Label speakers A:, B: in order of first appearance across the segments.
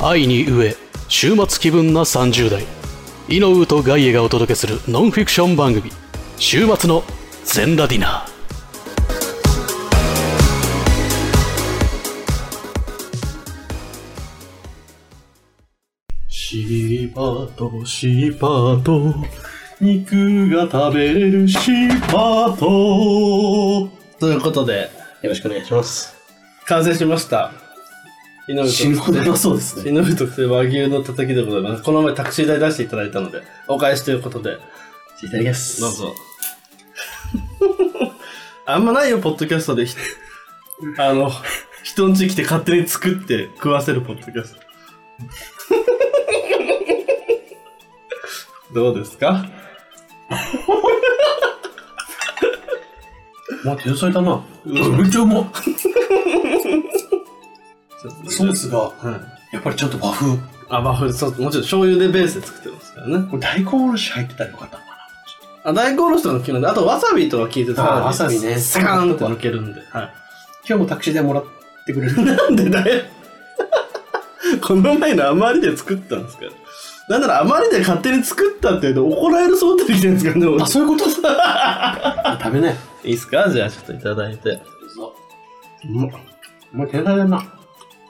A: 愛に飢え週末気分な30代イノウとガイエがお届けするノンフィクション番組「週末のゼンラディナー」シーパートシーパート肉が食べれるシーパート
B: ということで、
A: よろしくお願いします
B: 完成しました。井上
A: 死ぬほどうまそうです ね
B: 井上特製和牛のたたきでございます。この前タクシー代出していただいたので、お返しということで、
A: いただきます
B: どうぞ。 あんまないよ、ポッドキャストで。ひあの、人ん家来て勝手に作って食わせるポッドキャスト。 どうですか
C: まあ、天才だな。
B: うん
C: めっちゃうまっ。ソ
B: そう
C: ースが、
B: はい。
C: やっぱりちょっと和風。
B: あ、まあ、そう、もちろん醤油でベースで作ってますからね。
C: これ大根おろし入ってたらよかったのか
B: あ、大根おろしとかの機能で、あとわさびとか効いてさらに
C: あわさびね
B: スカーンって抜けるんで。は
C: な。今日もタクシーでもらってくれる。
B: い。なんでだよ。 この前の余りで作ったんですから。なんなら余りで勝手に作ったって言うと怒られる想定できてるんですからね。俺
C: あ、そういう ことだ。食べない。
B: いいっすかじゃあちょっといただいて。
C: うまっ。お前天才だな。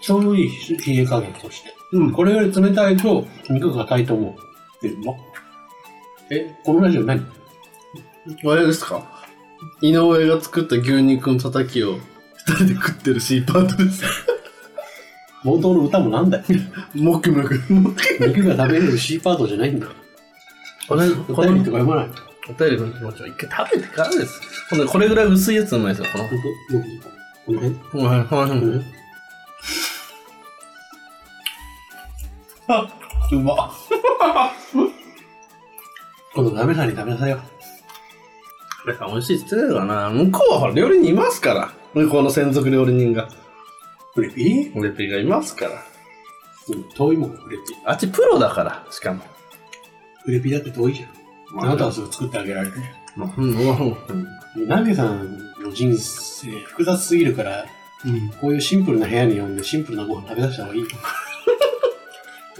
C: ちょうどいい冷え加減として。
B: うん。
C: これより冷たいと肉が硬いと思う。で、うまっ。え、このラジオ何
B: あれですか井上が作った牛肉のたたきを二人で食ってるシーパートです。
C: 冒頭の歌も なんだよ。
B: もくもく。
C: 肉が食べれる C パートじゃないんだ。
B: これ、
C: お便りとか読まない。
B: お便りの気持ちを一回食べてからです。ほんで、これぐらい薄いやつうまいですよ、この。
C: ほんと僕この辺こ
B: はい、はい、はい
C: の。辺
B: うま
C: 今度鍋さんに食べなさいよ。
B: これさ、美味しいって言ってたかな。向こうはほら料理人いますから。向こうの専属料理人が。
C: フレピ
B: オレピがいますから。
C: うん遠いもん、フレピ。
B: あっちプロだから、しかも。
C: フレピだって遠いじゃん。あなたはそれ作ってあげられて。
B: うん、うん、
C: ナミさんの人生複雑すぎるから、こういうシンプルな部屋に呼んでシンプルなご飯食べ出した方がいい。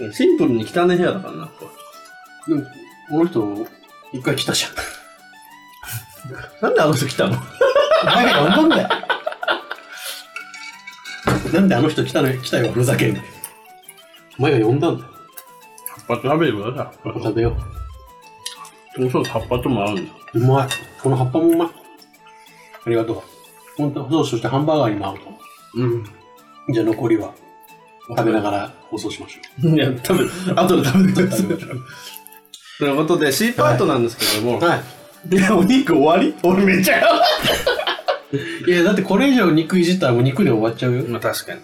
B: うん。シンプルに汚い部屋だからな、こ
C: でもこの人、一回来たじゃん。
B: れ なんであの人来たの
C: お前が呼んだんだよ。なんであの人来たの来たよ、ふざけんな。お前が呼んだんだよ。
B: 葉っぱ食べてくださ
C: 食べよ
B: い。もそう葉っぱとも合うんだ。
C: う。うまい。この葉っぱもうまい。ありがとう。本当、そうそしてハンバーガーにも合うと思
B: う
C: う。じゃあ残りは、食べながら放送しましょう。
B: ん。いや、食べ、後で食べてください。ということで、C パートなんですけども。、
C: はい
B: や、お肉終わり俺めっちゃやばい
C: い。いや、だってこれ以上肉いじったらもう肉で終わっちゃうよ。
B: まあ確かに。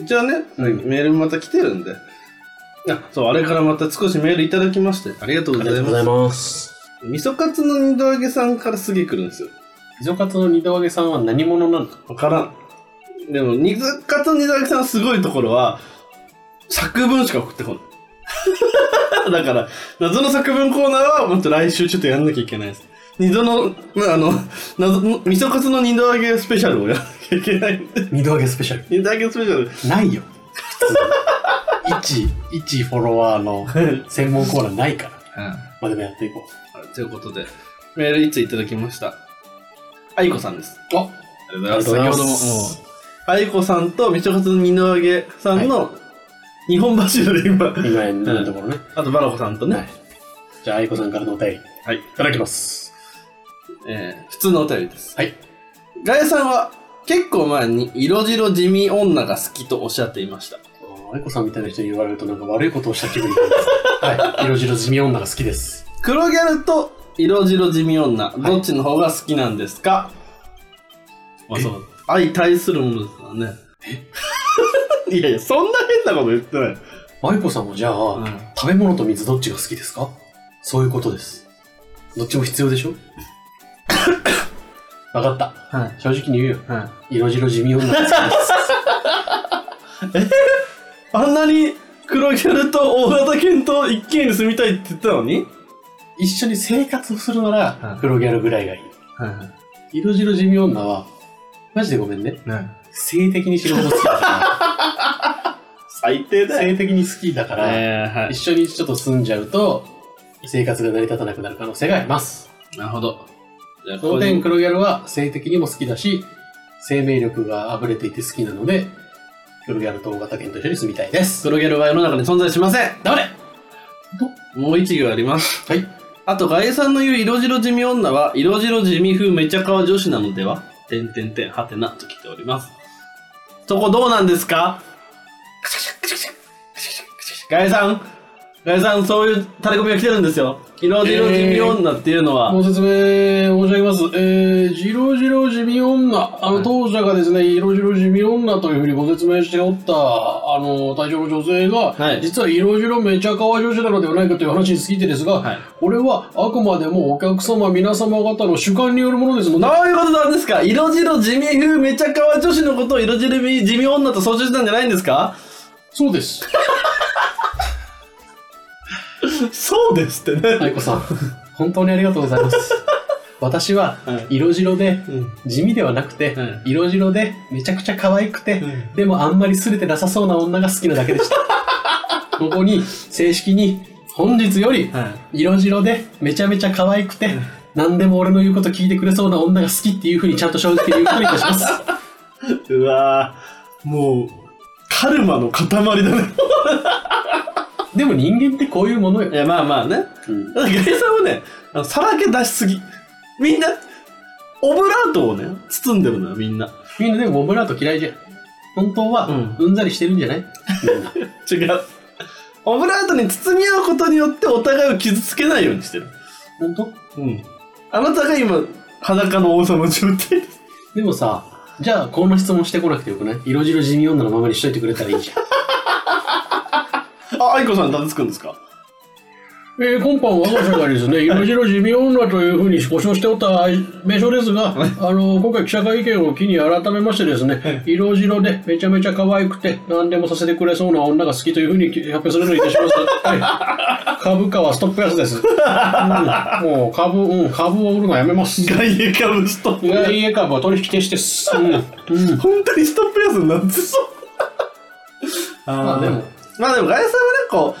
B: 一応ね、
C: うん
B: メールまた来てるんで。あ、そう、あれからまた少しメールいただきまして、ありがとうございます。
C: ます。
B: 味噌カツの二度揚げさんからすげえ来るんですよ。
C: みそカツの二度揚げさんは何者なのか
B: わからん。でも、味噌カツの二度揚げさんのすごいところは、作文しか送ってこない。 だから、謎の作文コーナーは、もっと来週ちょっとやんなきゃいけないです。二度の、まあ、あの、謎の、味噌カツの二度揚げスペシャルをやらなきゃいけないんで、
C: 二度揚げスペシャル。
B: 二度揚げスペシャル。
C: ないよ。 普通に一、一フォロワーの専門コーナーないから。
B: うん
C: まあでもやっていこ
B: ということで、メールいついただきました。愛子さんです。
C: う。あ
B: ありが
C: とうございま
B: 先ほ
C: す
B: ども。もう愛子さんとみちょかつの二の揚げさんの日本柱で今、
C: 今のところね。
B: あとバラコさんとね、
C: はい。じゃあ、愛子さんからのお便り。い
B: はい、
C: ただきます。
B: えー普通のお便りです。
C: はい。
B: ガエさんは結構前に色白地味女が好きとおっしゃっていました。
C: あー愛子さんみたいな人に言われるとなんか悪いことをした気分になります。はい。色白地味女が好きです。
B: 黒ギャルと色白地味女、どっちの方が好きなんですか、まあそう。相対するものですからね。 いやいや、そんな変なこと言ってない。
C: 愛子さんもじゃあ、
B: うん
C: 食べ物と水どっちが好きですかそういうことです。どっちも必要でしょ わかった。
B: はい。
C: 正直に言うよ。
B: はい。
C: 色白地味女が好きです。
B: あんなに黒ギャルと大型犬と一軒家に住みたいって言ったのに
C: 一緒に生活をするな
B: う
C: ら
B: ん
C: 黒ギャルぐらいがいい。
B: はいは
C: 色白地味女は、マジでごめんね。
B: い。ね、
C: 性的に白黒好きだか
B: 最低
C: ら。
B: だよ。
C: 性的に好きだから、
B: えー、は
C: 一緒にちょっと住んじゃうと、生活が成り立たなくなる可能性があります。
B: い。なるほど。じゃあ、
C: その点、黒ギャルは性的にも好きだし、生命力が溢れていて好きなので、黒ギャルと大型犬と一緒に住みたいです。
B: 黒ギャルは世の中に存在しません黙れもう一行あります
C: はい
B: あとガエさんの言う色白地味女は色白地味風めちゃかわ女子なのではてんてんてんはてなと来ておりますそこどうなんですかガエさんガエさんそういうタレコミが来てるんですよ色白地味女っていうのは、
C: ご説明申し上げます。えー、ジロジロ地味女。あ
B: は
C: の、
B: い
C: 当社がですね、色白地味女というふうにご説明しておった、あの、対象の女性が、
B: はい
C: 実は色白めちゃ可愛い女子なのではないかという話についてですが、
B: はい
C: これはあくまでもお客様皆様方の主観によるものですので、
B: どういうことなんですか色白地味風めちゃかわ女子のことを色白地味女と総称したんじゃないんですか
C: そうです。
B: そうですってね
C: 愛子さん、本当にありがとうございます。私は
B: はい
C: 色白で
B: うん
C: 地味ではなくて、
B: は
C: 色白でめちゃくちゃ可愛くて、
B: うん
C: でもあんまりすれてなさそうな女が好きなだけで した。ここに正式に本日より
B: はい
C: 色白でめちゃめちゃ可愛くて、何でも俺の言うこと聞いてくれそうな女が好きっていうふうにちゃんと正直に言うことにいたします。
B: うわぁ、もう、カルマの塊だね。
C: でも人間ってこういうものよ
B: い。や、まあまあね。
C: うん
B: ガイさんはね、あのさらけ出しすぎ。みんな、オブラートをね、包んでるのよ、みんな。
C: みんなでもオブラート嫌いじゃん。本当は
B: うん
C: うんざりしてるんじゃない、
B: 違う。オブラートに包み合うことによってお互いを傷つけないようにしてる。
C: 本当
B: うん。あなたが今、裸の王様の状態です。
C: でもさ、じゃあこんな質問してこなくてよくない色白地味女のままにしといてくれたらいいじゃん。
B: あ、愛子さん、たどつくんですか
C: えー、今般我が社がですね、色白地味女というふうに故障しておった名称ですが、あの、今回記者会見を機に改めましてですね、色白でめちゃめちゃ可愛くて、何でもさせてくれそうな女が好きというふうに発表するのにいたします。はい。 株価はストップ安です。うんもう株、うん、株を売るのやめます。
B: ガイエカブストップ。
C: 外家株は取引停止です。うん。うん。
B: 本当にストップ安になってそう。 あ
C: まあでも。
B: まあでも、ガイさんはね、こ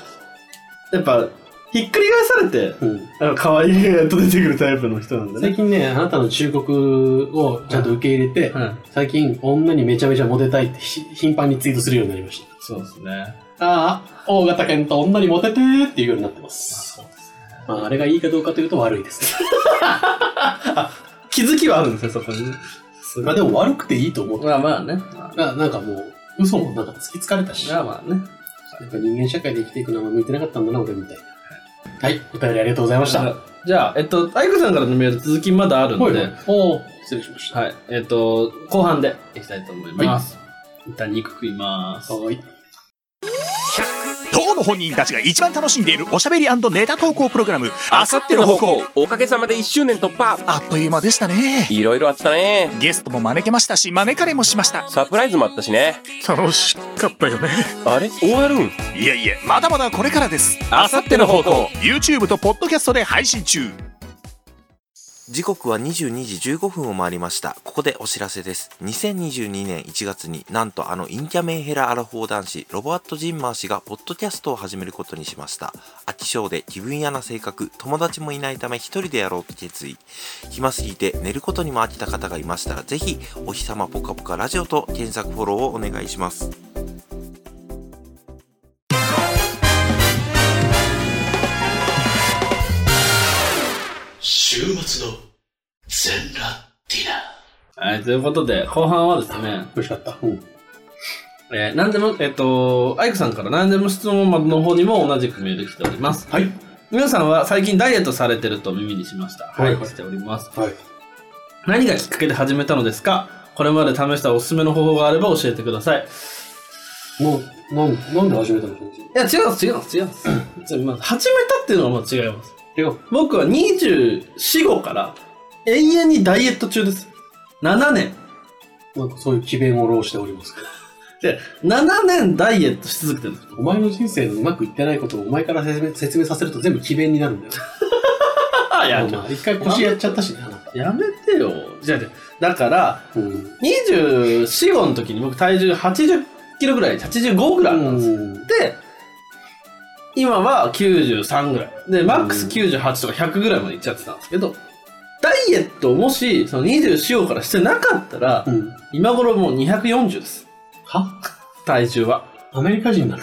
B: う、やっぱ、ひっくり返されて、
C: うん
B: あの可愛いやっと出てくるタイプの人なんで
C: 最
B: ね。
C: 近ね、あなたの忠告をちゃんと受け入れて、
B: うん。
C: 最近女にめちゃめちゃモテたいってひ頻繁にツイートするようになりました。
B: そうですね。
C: ああ、大型犬と女にモテてーっていうようになってます。
B: うですね。
C: まあ、あれがいいかどうかというと悪いですね。
B: 気づきはあるんですよ、そこにね。
C: まあでも悪くていいと思う。
B: まあまあね。
C: ななんかもう、嘘もなんか突きつかれたし、
B: ま
C: な
B: あまあね。
C: んか人間社会で生きていくのは向いてなかったんだな、俺みたいな。はい、お便りありがとうございました。はい。
B: じゃあ、えっと、愛子さんからのメール続きまだあるんで、はい、
C: おー失礼しました。
B: えっと、後半でいきたいと思います。一旦肉食います。
C: はーい。
D: 当の本人たちが一番楽しんでいるおしゃべりネタ投稿プログラム「あさっての方向
E: おかげさまで1周年突破」
D: あっという間でしたね
E: いろいろあったね
D: ゲストも招けましたし招かれもしました
E: サプライズもあったしね
D: 楽しかったよね
E: あれ終わるん
D: いえいえまだまだこれからです
E: あさっての方向
D: YouTube とポッドキャストで配信中
F: 時刻は22時15分を回りました。ここでお知らせです。2022年1月になんとあのインキャメンヘラアラフォー男子ロボアット・ジンマー氏がポッドキャストを始めることにしました。飽き性で気分屋な性格、友達もいないため一人でやろうと決意。暇すぎて寝ることにも飽きた方がいましたらぜひお日様ぽかぽかラジオと検索フォローをお願いします。
A: 週末の全裸ディナー
B: はい、ということで、後半はですね、
C: 美味しかった。うん。
B: えー、何でも、えっ、と、アイクさんから何でも質問窓の方にも同じくメール来ております。
C: はい。
B: 皆さんは最近ダイエットされてると耳にしました。は、
C: はいいはい
B: しております。
C: はい。
B: 何がきっかけで始めたのですかこれまで試したおすすめの方法があれば教えてください。
C: もう、なん、なんで始めたの
B: いや、違うんです、違うんです、違うん です。じゃあまあ始めたっていうのはもう違います。
C: 違う。
B: 僕は24、5から永遠にダイエット中です。7年。
C: なんかそういう詭弁を漏しておりますけど。
B: で、7年ダイエットし続けてるんですよ。
C: お前の人生のうまくいってないことをお前から説明説明させると全部奇弁になるんだよ。
B: あ、や
C: お前一回腰やっちゃったしね、あなた。
B: やめてよ。じゃあじゃあだから、
C: うん。
B: 24、5の時に僕体重80キロぐらい、85ぐらいあったんですよ。で、今は93ぐらい。で、マックス98とか100ぐらいまでいっちゃってたんですけど、ダイエットをもし、その24からしてなかったら、
C: うん。
B: 今頃もう240です。
C: は
B: 体重は。
C: アメリカ人なの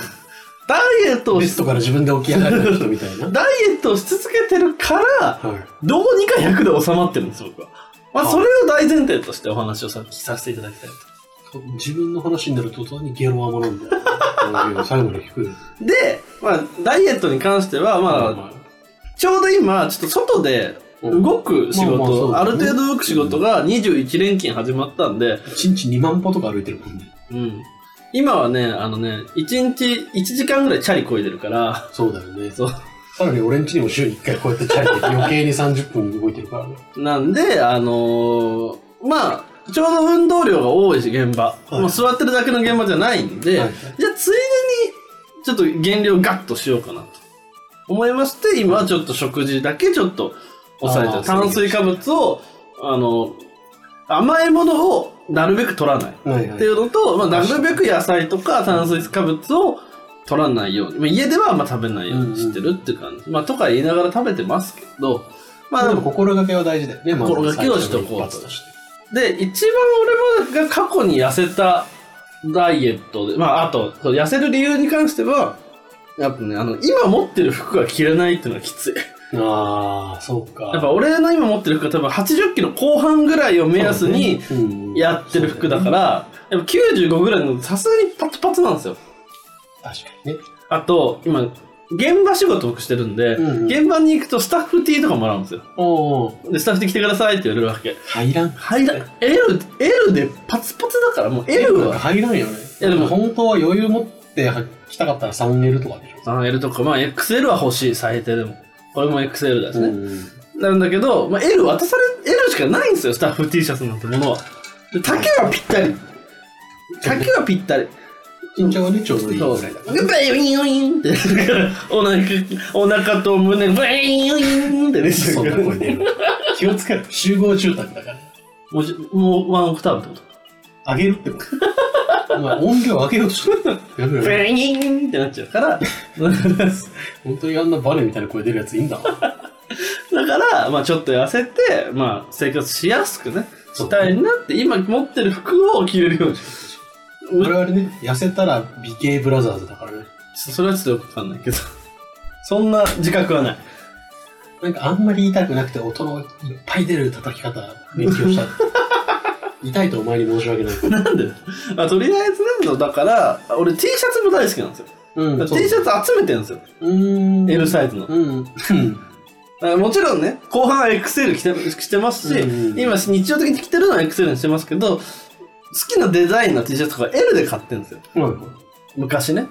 B: ダイエットを
C: ベ
B: し
C: ス、トから自分で起き上がる人みたいな。
B: ダイエットをし続けてるから、
C: はい。
B: どうにか100で収まってるんです、僕は。まあ、それを大前提としてお話をささせていただきたいと。
C: 自分の話になると途端にゲロはまるんだよ。こういう最後に聞くよ。
B: で、まあ、ダイエットに関しては、まあ、ちょうど今、ちょっと外で動く仕事、
C: まあまあそうだね
B: ある程度動く仕事が21連勤始まったんで、
C: 一日2万歩とか歩いてるもんね。
B: うん今はね、あのね、1日1時間ぐらいチャリこいでるから、
C: そうだよね。
B: そう
C: さらに俺ん家にも週に1回こうやってチャリで余計に30分動いてるからね。
B: なんで、あのーまあ、ちょうど運動量が多いし、現場。
C: い
B: もう座ってるだけの現場じゃないんで、
C: はい
B: じゃあ、ついでに、ちょっと減量ガッとしようかなと思いまして、今はちょっと食事だけちょっと抑えて
C: あ
B: る、
C: ー
B: 炭水化物を、あの、甘いものをなるべく取らない。
C: はいは
B: っていうのと、まあ、なるべく野菜とか炭水化物を取らないように、まあ、家ではあんま食べないようにしてるって感じ、まあ、とか言いながら食べてますけど、まあ、
C: で
B: で
C: も
B: も
C: 心がけは大事だよね、まず
B: 心がけをしとこう
C: 最初の一発として
B: で一番俺が過去に痩せたダイエットで、まあ、あとそう痩せる理由に関してはやっぱねあの今持ってる服が着れないっていうのはきつい
C: ああ、そうか。
B: やっぱ俺の今持ってる服は多分80キロ後半ぐらいを目安に
C: うん
B: やってる服だから、やっぱ95ぐらいのさすがにパツパツなんですよ
C: 確かにね。
B: あと、今、現場仕事僕してるんで、
C: うんうん
B: 現場に行くとスタッフ T とかもらうんですよ。
C: おお、
B: で、スタッフ T 来てくださいって言われるわけ。
C: 入らん。
B: 入ら、L、L でパツパツだから、もう L
C: は
B: は。
C: 入らんよね。
B: いやでも
C: 本当は余裕持っては来たかったら 3L とかでしょ。
B: 3L とか、まあ XL は欲しい、最低でも。これも XL だしね。
C: うん
B: なんだけど、まあ、L 渡され、L しかないんですよ、スタッフ T シャツなんてものは。で丈はぴったり。丈はぴったり。
C: 緊張はね、ちょうどいい
B: そう
C: ぐ
B: で
C: らい
B: す
C: だ
B: ね
C: からね。。
B: ウィンウィンって、 お腹、お腹と胸、ウィンウィンってね、
C: そんな声出る。気をつけろ。集合住宅だから。
B: もうじもうワンオクターブってこと
C: 上げるってこと。お前音量上げようとしてる。やべ
B: ブ
C: やべ
B: イーンってなっちゃうから、 だ
C: 本当にあんなバネみたいな声出るやついいんだな。
B: から、まあちょっと痩せて、まあ生活しやすくね、したいなって、今持ってる服を着れるようにし
C: 我々ね、痩せたら美形ブラザーズだからね。
B: それはちょっとよくわかんないけど、 そんな自覚はない。
C: なんかあんまり痛くなくて音のいっぱい出る叩き方、勉強 した。痛いとお前に申し訳ない。
B: なんで、まあ、とりあえずなんだから、俺 T シャツも大好きなんですよ。
C: う
B: だから T シャツ集めてるんですよ、
C: うーん。
B: L サイズの。
C: うん。
B: あもちろんね、後半は XL 着て着てますし、
C: うんうん
B: 今日常的に着てるのは XL にしてますけど、好きなデザインの T シャツとか L で買ってるんですよ。
C: うん。
B: 昔ね。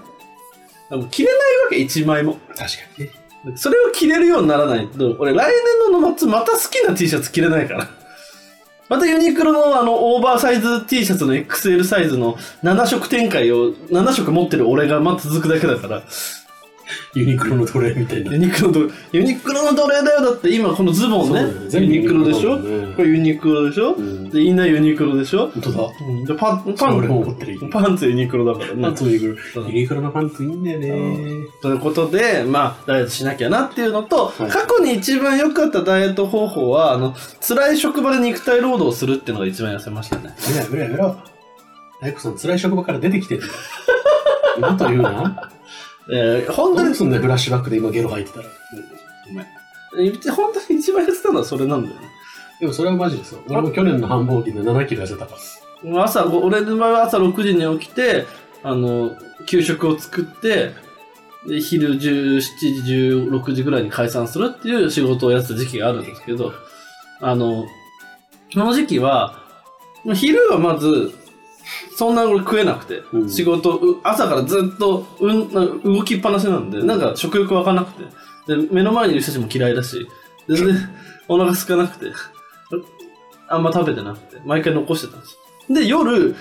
B: でも着れないわけ、1枚も。
C: 確かにね。
B: それを着れるようにならないと、俺来年の夏また好きな T シャツ着れないから。 またユニクロのあのオーバーサイズ T シャツの XL サイズの7色展開を7色持ってる俺がまた続くだけだから、
C: ユニクロのトレーみたいな
B: ユ。ニクロのど、ユニクロの奴隷だよ。だって今このズボン
C: そうだ
B: ね
C: よ。
B: ユ
C: 全部
B: ニクロでしょ、
C: ユニクロだもんね
B: これユニクロでしょ、
C: ん
B: で、インナーユニクロでしょ、
C: 本当だ。
B: うんでパン、パ
C: 俺
B: ン
C: も持ってる
B: パンツユニクロだからね。
C: パンツユニク
B: そ
C: ロ。
B: う
C: ユニクロのパンツいいんだよね。
B: ということで、まあ、ダイエットしなきゃなっていうのと、
C: はい
B: 過去に一番良かったダイエット方法は、あの、辛い職場で肉体労働をするっていうのが一番痩せましたね。
C: やめろやめろやめろ。大工さん、辛い職場から出てきてる。 なんと言うな。
B: えー、本当
C: どう
B: に、
C: すんだよ、フラッシュバックで今ゲロ吐いてたら。
B: ごめんえー本当に一番痩せたのはそれなんだよね。
C: でもそれはマジですよ。俺も去年の繁忙期で7キロ痩せたから。
B: もう朝、ご俺の場合は朝6時に起きて、あの、給食を作って、で、昼17時、16時ぐらいに解散するっていう仕事をやってた時期があるんですけど、あの、その時期は、昼はまず、そんな俺食えなくて、
C: うん
B: 仕事、う朝からずっと、うん、なんか動きっぱなしなんで、なんか食欲湧かなくて、で、目の前にいる人たちも嫌いだし、全然お腹空かなくて、あんま食べてなくて、毎回残してたんです。で、夜、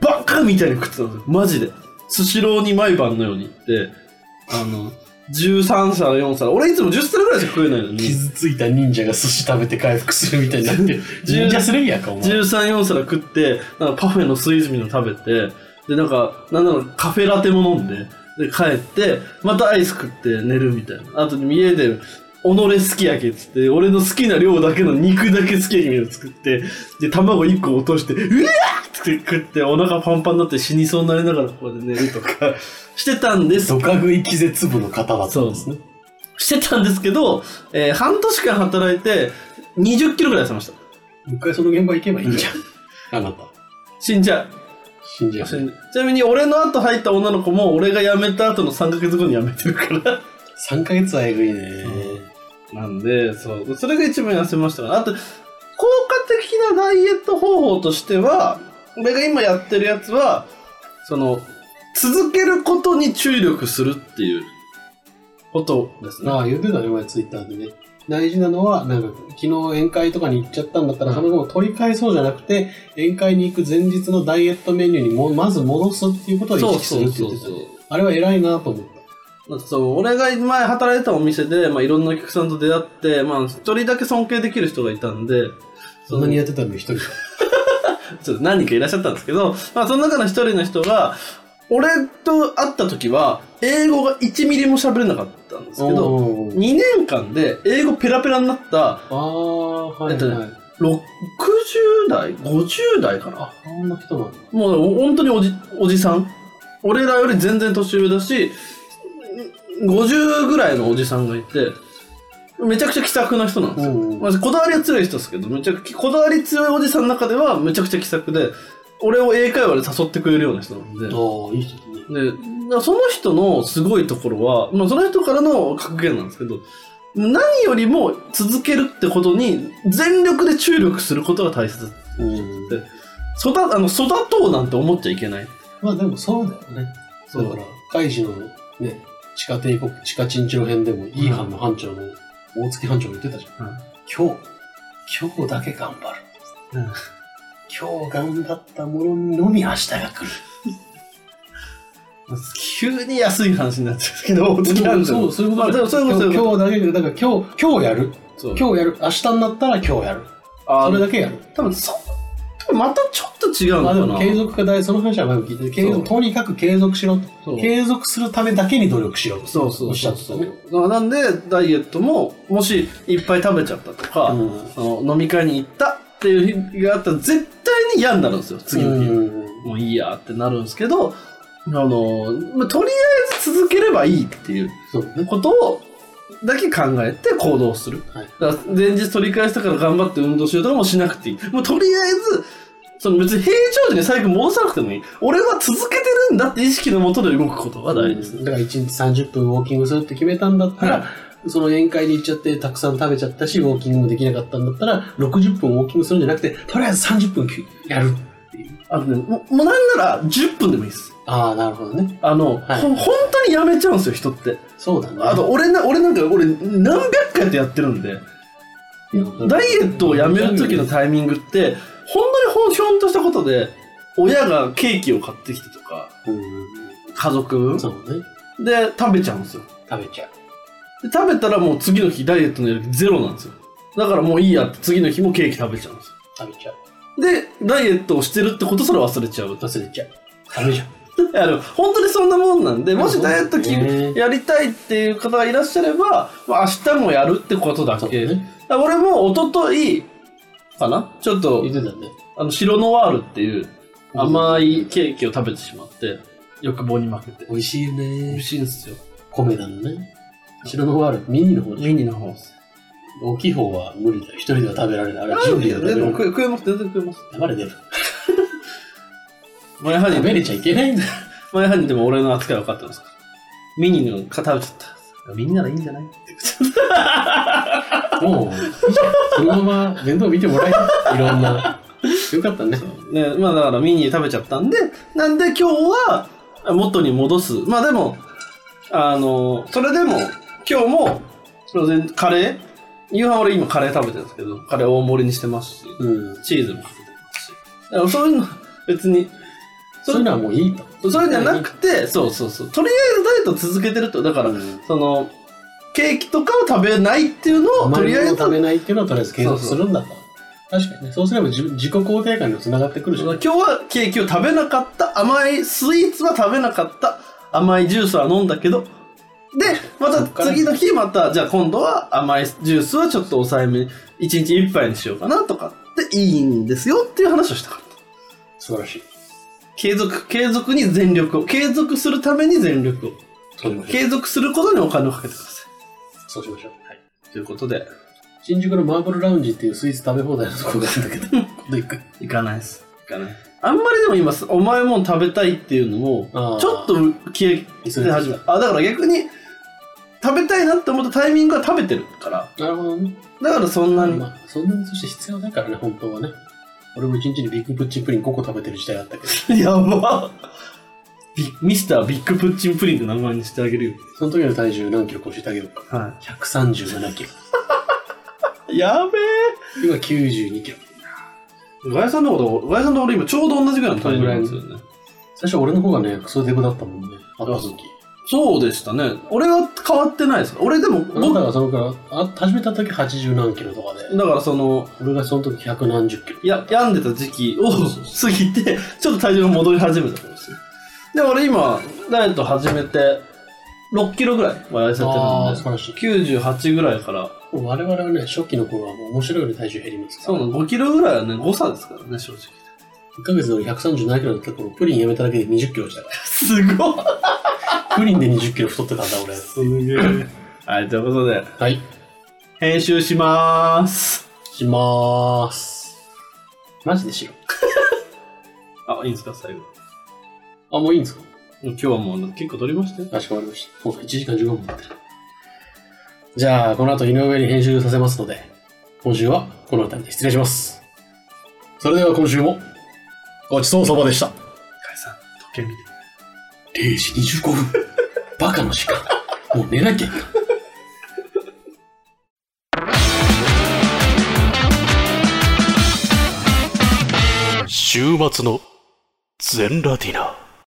B: バカみたいに食ってたんですよ。マジで。スシローに毎晩のように行って、あの、13皿、4皿。俺いつも10皿ぐらいしか食えないのに。
C: 傷ついた忍者が寿司食べて回復するみたいになってる
B: 十
C: 忍者するやんかお前
B: 13、4皿食って、なんかパフェのスイーツみたいなの食べて、で、なんか、なんだろう、カフェラテも飲んで、で、帰って、またアイス食って寝るみたいな。あと、家で、己好き焼きっつって、俺の好きな量だけの肉だけ好き焼きみたいなの作って、で、卵1個落として、うわーって食って、お腹パンパンになって死にそうになりながらここで寝るとか してたんです
C: ドカ食い気絶部の方だった
B: そうですね。してたんですけど、えー半年間働いて、20キロぐらい痩せました。
C: 一回その現場行けばいいんじゃん あなた
B: 死んじゃう。
C: 信じやすい
B: ちなみに俺の後入った女の子も俺が辞めた後の3ヶ月後に辞めてるから
C: 3ヶ月はえぐいね
B: なんでそうそれが一番痩せましたからあと効果的なダイエット方法としては俺が今やってるやつはその続けることに注力するっていうことですね
C: ああ言ってたね前ツイッターでね大事なのはなんか昨日宴会とかに行っちゃったんだったら話を取り返そうじゃなくて宴会に行く前日のダイエットメニューにもまず戻すっていうことを意
B: そう
C: 識す
B: そ
C: る
B: う
C: って言
B: そう
C: ってた
B: そ
C: ね
B: う
C: あれは偉いなと思った
B: そう、俺が前働いてたお店で、まあ、いろんなお客さんと出会って、まあ、一人だけ尊敬できる人がいたんで、
C: そんなにやってたのに一人
B: ちょっと何人かいらっしゃったんですけど、まあ、その中の一人の人が、俺と会った時は、英語が1ミリも喋れなかったんですけど、
C: おー
B: 2年間で英語ペラペラになった
C: ああはい
B: えっと
C: は
B: ね
C: い
B: 60代、50代かな。
C: そんな人なんだ
B: もうお本当におじおじさん。俺らより全然年上だし、50ぐらいのおじさんがいて、めちゃくちゃ気さくな人なんですよ。
C: うんうん
B: まあ、こだわりは強い人ですけど、めちゃくちゃ、こだわり強いおじさんの中ではめちゃくちゃ気さくで、俺を英会話で誘ってくれるような人なんで。
C: ああいい人だね
B: で、だからその人のすごいところは、まあ、その人からの格言なんですけど、何よりも続けるってことに全力で注力することが大切。
C: うん
B: 育、あの、育とうなんて思っちゃいけない。
C: まあでもそうだよね。
B: そう
C: だから、カイジのね、地下帝国、地下陳長編でも、いい班の班長の、大月班長が言ってたじゃん。
B: うん
C: 今日、今日だけ頑張る。
B: うん
C: 今日頑張ったもののみ明日が来る。
B: 急に安い話になっちゃうんですけど、付き合うんですよ
C: そう、そういうこと
B: あでもそういうこと
C: 今日今日だけで、だから今日、今日やる。
B: そう
C: 今日やる。明日になったら今日やる。
B: あ
C: それだけやる。
B: 多分そ、多分またちょっと違うの
C: まあ
B: か
C: で
B: な。
C: も継続が大事、その話は前も聞いてる継
B: そ
C: 続、
B: う
C: とにかく継続しろと
B: そう
C: 継続するためだけに努力しろと。
B: そうそ
C: お
B: う
C: っしゃ
B: そ
C: っ
B: う
C: て
B: そう。だ。から
C: たね
B: なんで、ダイエットも、もしいっぱい食べちゃったとか、
C: うん
B: あの飲み会に行ったっていう日があったら、絶対に嫌になるんですよ、次の日。
C: うん
B: もういいやってなるんですけど、あの、まあとりあえず続ければいいっていう
C: そうね。
B: ことを、だけ考えて行動する。
C: はい
B: だから前日取り返したから頑張って運動しようとかもしなくていい。もうとりあえず、その別に平常時に最近戻さなくてもいい。俺は続けてるんだって意識のもとで動くことが大事ですね。
C: だから1日30分ウォーキングするって決めたんだったら、その宴会に行っちゃってたくさん食べちゃったし、ウォーキングもできなかったんだったら、60分ウォーキングするんじゃなくて、とりあえず30分やる。
B: あとね、もうもうなんなら10分でもいいです。
C: ああ、なるほどね。
B: あの、
C: はい
B: ほん本当にやめちゃうんですよ、人って。
C: そうだね。
B: あと、俺な、俺なんか、俺、何百回ってやってるんで、
C: いや、だ
B: ダイエットをやめる時のタイミングって、本当にほんひょんとしたことで、親がケーキを買ってきてとか、
C: うん
B: 家族分
C: そうね。
B: で食べちゃうんですよ。
C: 食べちゃう。
B: で食べたらもう次の日ダイエットのやる気ゼロなんですよだからもういいやって次の日もケーキ食べちゃうんですよ
C: 食べちゃう。
B: でダイエットをしてるってことすら忘れちゃう
C: 忘れちゃう。食べちゃう。
B: あの本当にそんなもんなんでもしダイエットき
C: そうですね
B: やりたいっていう方がいらっしゃれば、まあ、明日もやるってことだ
C: そう
B: け
C: ね。
B: だから俺も一昨日かなちょっと
C: 言ってたね。
B: あの白ノワールっていう甘いケーキを食べてしまって欲望に負けて
C: 美味しいよ
B: 美
C: ね
B: 味。しいんですよ
C: 米だのね。白の方ある。ミニの方でしょ
B: ミニの方です
C: 大きい方は無理だよ。一人では食べられない。あれは
B: あ
C: 準備
B: で
C: では食べら
B: も
C: れない。
B: 食え食えます全然食えます
C: 黙れ出る。
B: まあやはり
C: 食べれちゃいけないんだよ。
B: 前半にでも俺の扱い分かったんですかミニの肩打ちだった。みんならいいんじゃない
C: もう、そのまま面倒見てもらえた。いろんな。よかったね。
B: ね、まあだからミニ食べちゃったんで、なんで今日は元に戻す。まあでも、あの、それでも、今日も、それでカレー夕飯俺今カレー食べてるんですけど、カレー大盛りにしてますし、
C: うん。
B: チーズもかけてますし。だからそういうの、別に、
C: そういうのはもういいと。
B: それじゃなくて、そうそうそう。とりあえずダイエット続けてると、だから、その、ケーキとかを食べないっていうのを、と
C: 甘い
B: りあ
C: も
B: え
C: の
B: ず、
C: を食べないっていうのをとりあえず継続するんだと。確かにね。そうすれば自自己肯定感にもつながってくるし
B: そ、の今日はケーキを食べなかった、甘いスイーツは食べなかった、甘いジュースは飲んだけど、で、ま
C: そ
B: た
C: っから
B: 次の日、また、じゃあ今度は甘いジュースはちょっと抑えめに、1日1杯にしようかなとかっていいんですよっていう話をしたかった。
C: 素晴らしい。
B: 継続、継続に全力を。継続するために全力を。
C: そうしましょ
B: 継続することにお金をかけてくださ
C: う。そうしましょう。はい。
B: い。ということで、
C: 新宿のマーブルラウンジっていうスイーツ食べ放題のとこがあるんだけど、今度行く。
B: 行かないです。行かない。あんまりでも今、お前もん食べたいっていうの
C: あ
B: も
C: ー、
B: ちょっと消えて
C: それ
B: 始めた。あ、だから逆に、食べたいなって思ったタイミングは食べてるから。
C: なるほどね。
B: だからそんなに。
C: まあ、そんなにそして必要ないからね、本当はね。俺も一日にビッグプッチンプリン5個食べてる時代あったけど、
B: やばビミスタービッグプッチンプリンって名前にしてあげるよ。
C: その時の体重何キロか教えてあげようか。
B: は
C: 137キロ。
B: い。やべ
C: 今92キロ。
B: え。ガヤさんのこと、ガヤさんと俺今ちょうど同じぐらいの体重なんですよね。
C: 最初俺の方がね、クソデブだったもんね。あった時。
B: そうでしたね。俺は変わってないです。俺でも、
C: あな
B: 僕、
C: た
B: だ
C: がそのから、あ始めた時80何キロとかで、
B: からその、
C: 俺がその時100何十キロ。
B: や、病んでた時期を過ぎて、ちょっと体重が戻り始めたんですよ。で、俺今、ダイエット始めて、6キロぐらいは痩せて
C: ああ、素
B: る
C: 晴らしい。
B: んで、98ぐらいから、
C: 我々はね、初期の頃はもう面白いように体重減りますか
B: そう
C: ら。
B: なの、5キロぐらいはね、誤差ですからね、正直。
C: 1ヶ月で俺137キロだった頃、プリンやめただけで20キロ落ちたか
B: すごい
C: ら。プリンで20キロ太ってたんだ、俺。
B: はい、ということで、
C: はい。
B: 編集しまーす。
C: しまーす。マジでしろ。
B: あ、いいんですか、最後。も
C: あ、もういいんですか
B: う今日はもう結構撮りましたよ。
C: かしこまりました。もう1時間15分経ってる。じゃあ、この後井上に編集させますので、今週はこの辺りで失礼します。それでは今週も、ごちそうさまでした。
B: ガイさん、時計見て。
C: 0時25分。 バカの時間。もう寝なきゃいけない。
A: 週末の全ラディナ